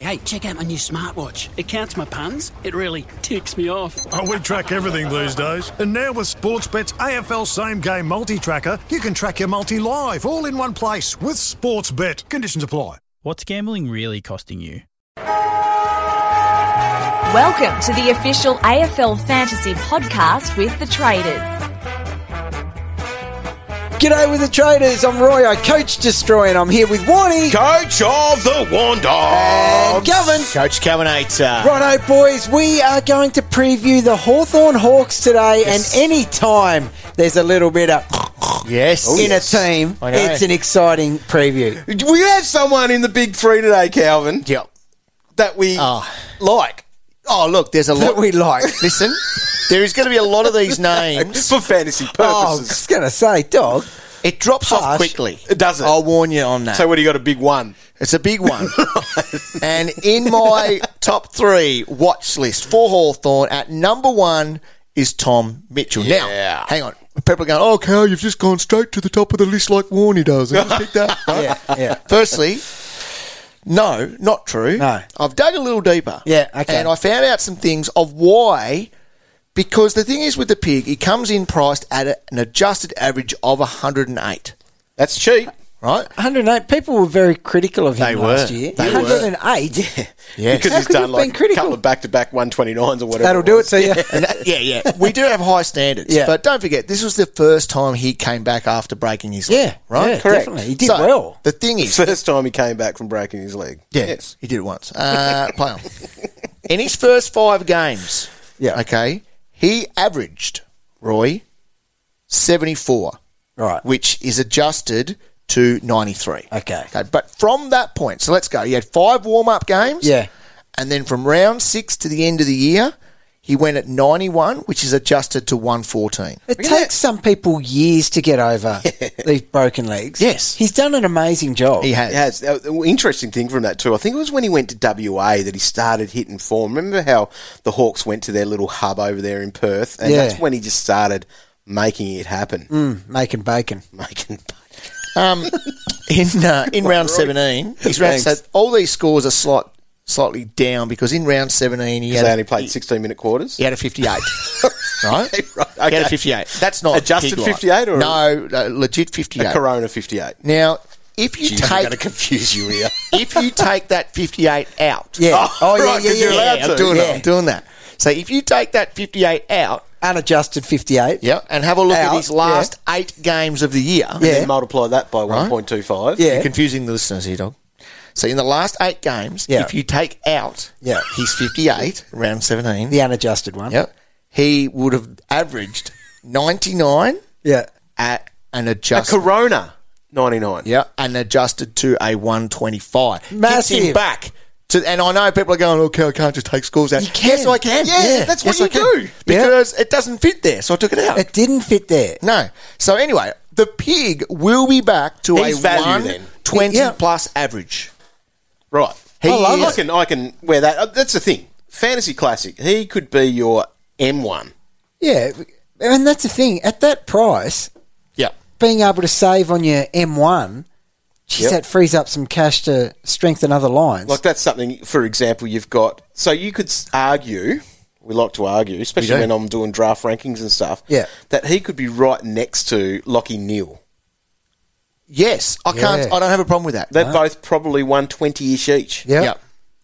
Hey, check out my new smartwatch. It counts my puns. It really ticks me off. Oh, we track everything these days. And now with Sportsbet's AFL Same Game Multi Tracker, you can track your multi live all in one place with Sportsbet. Conditions apply. What's gambling really costing you? Welcome to the official AFL Fantasy Podcast with the Traders. G'day with the traders. I'm Roy, I coach Destroy, and I'm here with Warnie. Coach of the Wanda. And Govan. Coach Cabernator. Righto, boys, we are going to preview the Hawthorn Hawks today, Yes. and any time there's a little bit of Oh, Yes. in a team, I know. it's an exciting preview. We have someone in the big three today, Calvin, Yep. that we Ah. like Oh, look, there's a lot. That we like. Listen, there is going to be a lot of these names. for fantasy Oh, I purposes. was going to say, dog. It drops Harsh. off quickly. It doesn't. Oh. I'll warn you on that. so what do you got? A big one. it's a big one. and in my top three watch list for Hawthorn, at number one is Tom Mitchell. Now, hang on. People are going, oh, Cal, you've just gone straight to the top of the list like Warnie does. I just picked that. Yeah, yeah. Firstly, no, not true. No. I've dug a little deeper. Yeah, okay. And I found out some things of why. Because the thing is with the pig, he comes in priced at a, an adjusted average of 108, That's cheap. right? 108 people were very critical of him They last were. year. They were. 108. Yeah. Because How he's could done you've been like a critical? couple of back-to-back 129s or whatever. That'll do it was. to you. And that- yeah, yeah. We do have high standards. Yeah. But don't forget, this was the first time he came back after breaking his leg. Yeah, right? yeah, Correct. definitely. He did So, well. The thing is, First time he came back from breaking his leg. Yeah, he did it once. Uh, play on. In his first five games, Yeah. okay, he averaged Roy seventy four, Right. which is adjusted to ninety three. Okay. but from that point, so let's go. He had five warm up games. Yeah. and then from round six to the end of the year, he went at ninety one, which is adjusted to one fourteen. It takes some people years to get over these broken legs. Yes. He's done an amazing job. He has. It has. Uh, the Interesting thing from that too. I think it was when he went to WA that he started hitting form. Remember how the Hawks went to their little hub over there in Perth, and Yeah. that's when he just started making it happen. Making bacon. Making. Um, in uh, in round seventeen, he's round, so Thanks. all these scores are slight, slightly down because in round seventeen he had They a, only played 16-minute quarters. he had a fifty-eight. right? Right, He had a okay. fifty-eight. That's not Adjusted pig-like. 58 or- no uh, legit fifty-eight. A Corona 58. Now, if you I'm take gonna confuse you here. if you take that fifty-eight out, Yeah. Oh, right, 'cause you're allowed I'm to. doing Yeah. that. I'm doing that. So if you take that fifty-eight out, Unadjusted 58. yeah, and have a look Out, at his last eight games of the year, Yeah. Then multiply that by Right. 1.25. Yeah. You're confusing the listeners here, dog. So in the last eight games, Yeah. if you take out Yeah. his 58, round 17, The unadjusted one. yep, he would have averaged 99 Yeah. at an A adjusted. Corona 99. yeah, and adjusted to a 125. Gets him Massive. back. To, and I know people are going, okay, I can't just take scores out. You can. Yes, I can. Yeah, Yeah, that's yes, what I you can. do. Because it doesn't fit there, so I took it out. It didn't fit there. No. So anyway, the pig will be back to He's a value then. 120 Yeah. plus average. Right. He I, love is- I can I can wear that. Uh, That's the thing. Fantasy classic. He could be your M1. Yeah. And that's the thing. At that price, Yeah. being able to save on your M1, geez, Yep. that frees up some cash to strengthen other lines. Like that's something. For example, you've got. So you could s- argue. We like to argue, especially when I'm doing draft rankings and stuff. Yeah. That he could be right next to Lockie Neal. Yes, I can't. Yeah. I don't have a problem with that. They're both probably 120 ish each. yeah. yeah.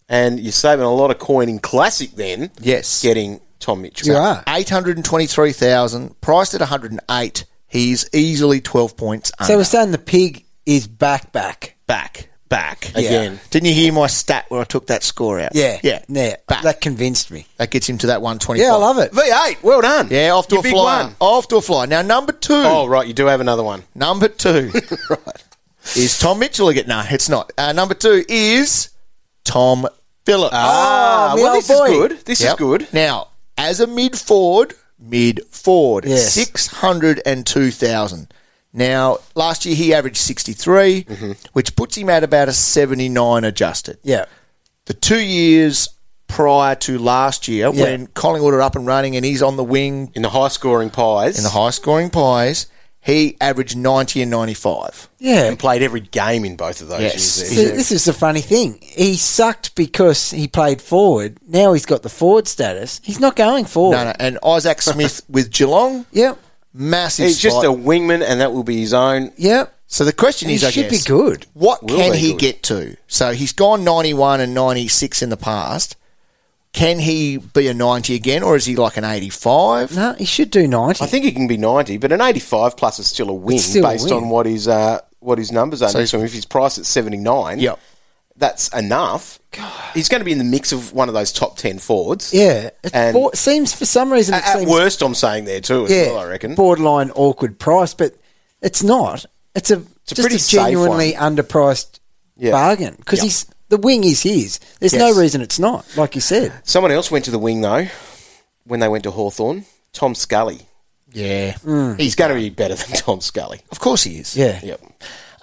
And you're saving a lot of coin in classic then. Yes. Getting Tom Mitchell. You are. 823,000, priced at 108. He's easily 12 points So under. we're saying the pig is back, back. back, back. Again. Didn't you hear my stat where I took that score out? Yeah. Yeah. Yeah. Back. That convinced me. That gets him to that 125. Yeah, I love it. V8. Well done. Yeah, off to Your a big fly. one. Off to a fly. Now, number two. Oh, right. You do have another one. Number two is Tom Mitchell again. No, it's not. Uh, number two is Tom Phillips. Ah, me well, old this is boy. good. This Yep. is good. Now, as a mid forward, mid forward, Yes. 602,000. Now, last year he averaged 63, Mm-hmm. which puts him at about a 79 adjusted. Yeah. The two years prior to last year, Yeah. when Collingwood are up and running and he's on the wing In the high scoring pies. in the high scoring pies, He averaged 90 and 95. Yeah. And played every game in both of those Yes. years. So this is the funny thing. He sucked because he played forward. Now he's got the forward status. He's not going forward. No, no. And Isaac Smith with Geelong, Yep. massive He's just spike. a wingman, and that will be his own. Yep. So the question He is, I should be guess, good. What Will can they he good? get to? So he's gone ninety-one and ninety-six in the past. Can he be a ninety again, or is he like an eighty-five? No, he should do 90. I think he can be ninety, but an eighty-five plus is still a win It's still a based win. on what his uh, what his numbers are. next to him. If he's priced at seventy-nine, Yep. that's enough. He's going to be in the mix of one of those top ten forwards. yeah. It And- bo- seems for some reason it at, at seems worst, I'm saying there too. As yeah, well, I reckon. borderline awkward price, but it's not. It's a a just pretty a safe genuinely underpriced Yeah. bargain because he's the wing is his. There's Yes. no reason it's not. Like you said, Someone else went to the wing though when they went to Hawthorn. Tom Scully. Yeah, Hmm. He's going to be better than Tom Scully. of course he is. yeah. Yep.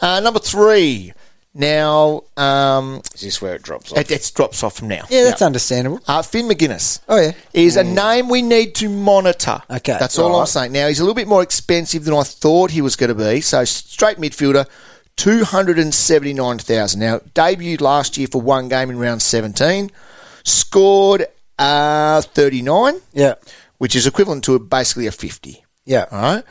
Uh, number three. Now um, Is this where it drops off? it, it drops off from now. Yeah, that's understandable. Uh, Finn McGuinness. Oh, yeah. Is a name we need to monitor. Okay. That's all I'm Right. saying. Now, he's a little bit more expensive than I thought he was going to be. So, straight midfielder, 279000 Now, debuted last year for one game in round 17, scored uh, 39, Yeah, which is equivalent to a, basically a 50. yeah. All right.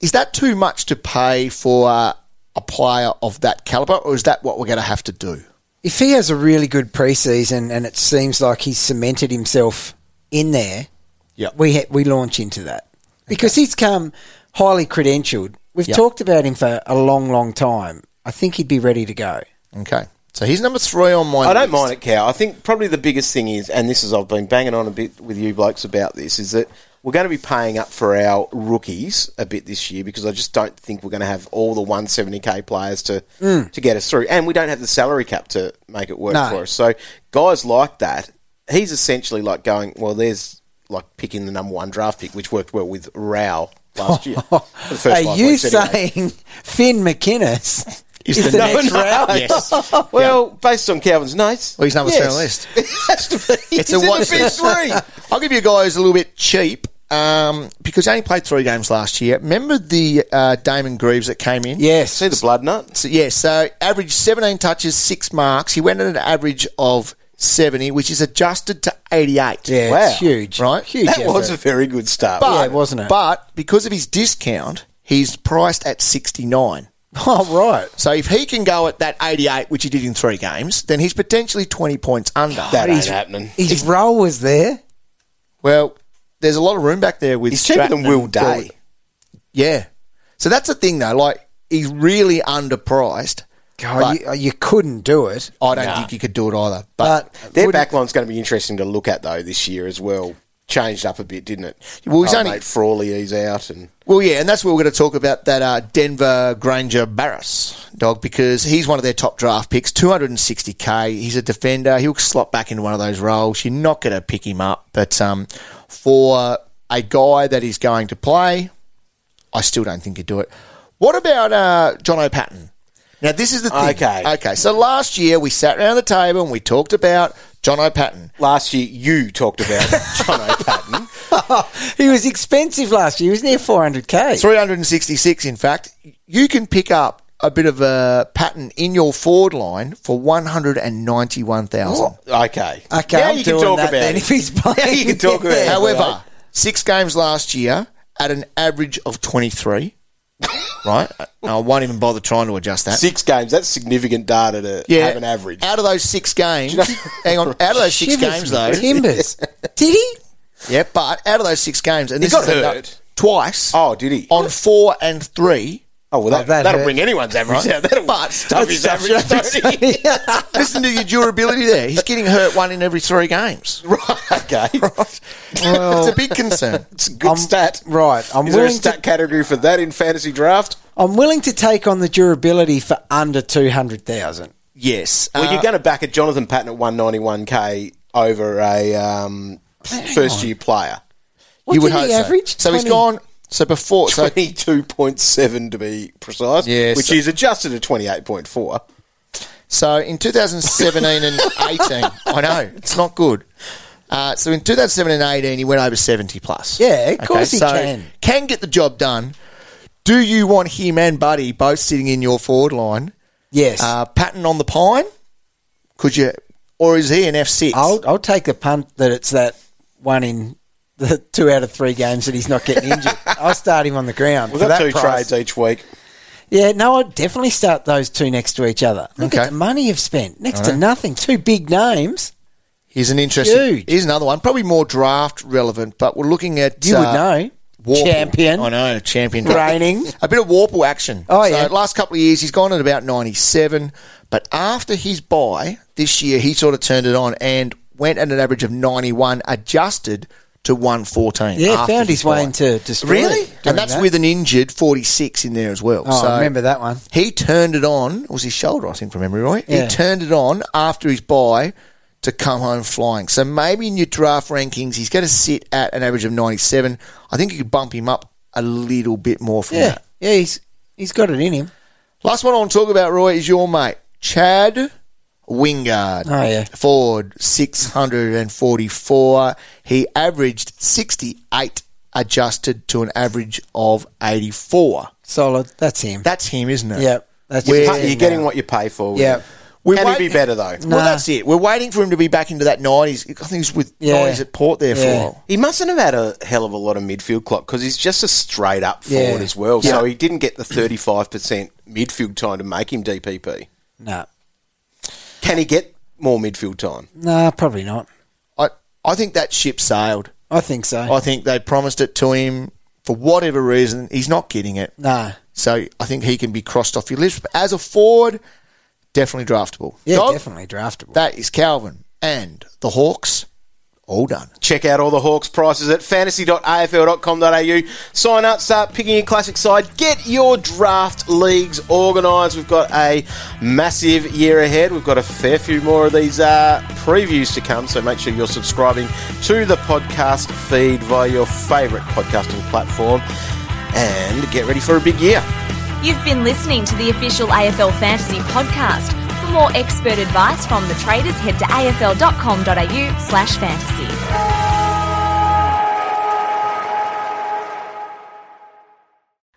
Is that too much to pay for uh, a player of that caliber, or is that what we're going to have to do? If he has a really good preseason and it seems like he's cemented himself in there, Yeah. we ha- we launch into that because he's come highly credentialed. We've Yeah. talked about him for a long, long time. I think he'd be ready to go. Okay. So, he's number three on my I don't list. mind it, Cow. I think probably the biggest thing is, and this is I've been banging on a bit with you blokes about this, is that we're going to be paying up for our rookies a bit this year because I just don't think we're going to have all the 170k players to to get us through, and we don't have the salary cap to make it work Mm. No. for us. So guys like that, he's essentially like going, well, there's like picking the number one draft pick, which worked well with Rao last year. for the first Are five you weeks anyway. saying Finn McInnes is, the, No, next no. round? Yes. Well, based on Calvin's notes, Well, he's number three on the list. It has to be. He's It's a in the watch big list. three. I'll give you guys a little bit cheap um, because he only played three games last year. Remember the uh, Damon Greaves that came in? Yes. See the blood nuts. So, yeah, so averaged 17 touches, six marks. He went at an average of 70, which is adjusted to 88. Yeah, Wow. it's huge. Right? Huge. That was a effort. very good start. But, Yeah, wasn't it? But because of his discount, he's priced at 69. Oh, right. So if he can go at that 88, which he did in three games, then he's potentially 20 points under. that ain't happening. His role was there. well, there's a lot of room back there with He's cheaper Stratton than Will and Day. Yeah. So that's the thing, though. Like, he's really underpriced. God, you, you couldn't do it. I don't think you could do it either. But, But Their wouldn't- backline's going to be interesting to look at though this year as well. Changed up a bit, didn't it? Well, he's Oh, only- mate, Frawley. He's out, and well, yeah, and that's what we're going to talk about that uh, Denver Granger Barris dog because he's one of their top draft picks, 260k. He's a defender. He'll slot back into one of those roles. You're not going to pick him up. But um, for a guy that is going to play, I still don't think he'd do it. What about uh, John O'Patton? Now, this is the thing. Okay. Okay. So last year we sat around the table and we talked about John O'Patton. last year you talked about John O'Patton. he was expensive last year. He was near 400k. 366, in fact, you can pick up a bit of a pattern in your forward line for 191,000. Okay, Okay, Now I'm you can doing talk that about then it. if he's playing. Now you can talk about it. However, six games last year at an average of 23, right? I won't even bother trying to adjust that. six games. That's significant data to have an average. Out of those six games, hang on, out of those six Shivers games, me though, Timbers. Did he? yeah, but out of those six games, and He this got is the- hurt. twice Oh, did he? on four and three. Oh well, that, that that will hurt. bring anyone's average Right. down. That'll But- stuff his Stuff average. your average. Tony. Listen to your durability there. He's getting hurt one in every three games. okay, it's a big concern. it's a good I'm- stat. Right. I'm Is there a willing, stat to, category for that in fantasy draft? I'm willing to take on the durability for under 200,000. Yes. Well, Uh, you're going to back a Jonathan Patton at 191k over a um, first year player. What you would did he hope so. average? So he's 20? gone. So before, so 22.7 to be precise, Yes. which is adjusted to 28.4. So in 2017 and 18, I know it's not good. Uh, so in 2017 and 18, he went over 70 plus. Yeah, of course he can. Can get the job done. Do you want him and Buddy both sitting in your forward line? Yes. Uh, Patton on the pine? Could you, or is he an F6? I'll, I'll take the punt that it's that one in the two out of three games that he's not getting injured. I'll start him on the ground. We've for got that two price. trades each week. Yeah, no, I'd definitely start those two next to each other. Look Okay. at the money you've spent. Next to nothing. Two big names. Here's an interesting. Huge. Here's another one, probably more draft relevant, but we're looking at You uh, would know. Warple. Champion. I know champion. Reigning. A bit of Warple action. Oh, so yeah. Last couple of years, he's gone at about ninety-seven, but after his buy this year, he sort of turned it on and went at an average of ninety-one, adjusted to one fourteen. Yeah, found his way into destroy. Really? it during And that's that. with an injured 46 in there as well. Oh, so I remember that one. He turned it on. It was his shoulder, I think, from memory, right? Yeah. He turned it on after his bye to come home flying. So maybe in your draft rankings, he's going to sit at an average of 97. I think you could bump him up a little bit more from Yeah. that. Yeah, he's he's got it in him. Last one I want to talk about, Roy, is your mate, Chad Wingard. Oh, yeah. Forward, 644. He averaged 68, adjusted to an average of 84. Solid. That's him. That's him, isn't it? yeah. That's Where- his Yeah, You're team getting now. what you pay for. Yeah. We Can wait- he be better, though? No. Well, that's it. We're waiting for him to be back into that 90s. I think he was with Yeah. 90s at Port there for a Yeah. while. He mustn't have had a hell of a lot of midfield clock because he's just a straight up Yeah. forward as well. Yeah. So he didn't get the 35% midfield time to make him DPP. No. Can he get more midfield time? No, probably not. I, I think that ship sailed. I think so. I think they promised it to him for whatever reason. He's not getting it. no. So I think he can be crossed off your list. But as a forward, definitely draftable. Yeah, Dog, definitely draftable. That is Calvin and the Hawks. All done. Check out all the Hawks prices at fantasy.afl.com.au. Sign up, start picking your classic side, get your draft leagues organised. We've got a massive year ahead. We've got a fair few more of these uh, previews to come, so make sure you're subscribing to the podcast feed via your favourite podcasting platform and get ready for a big year. You've been listening to the official AFL Fantasy Podcast. For more expert advice from the traders, head to afl.com.au slash fantasy.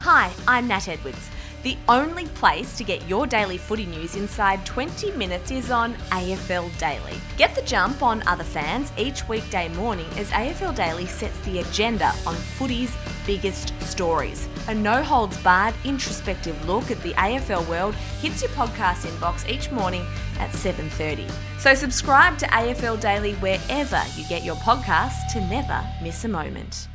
Hi, I'm Nat Edwards. The only place to get your daily footy news inside 20 minutes is on AFL Daily. Get the jump on other fans each weekday morning as AFL Daily sets the agenda on footy's biggest stories. A no holds barred, introspective look at the AFL world hits your podcast inbox each morning at 7:30. So subscribe to AFL Daily wherever you get your podcasts to never miss a moment.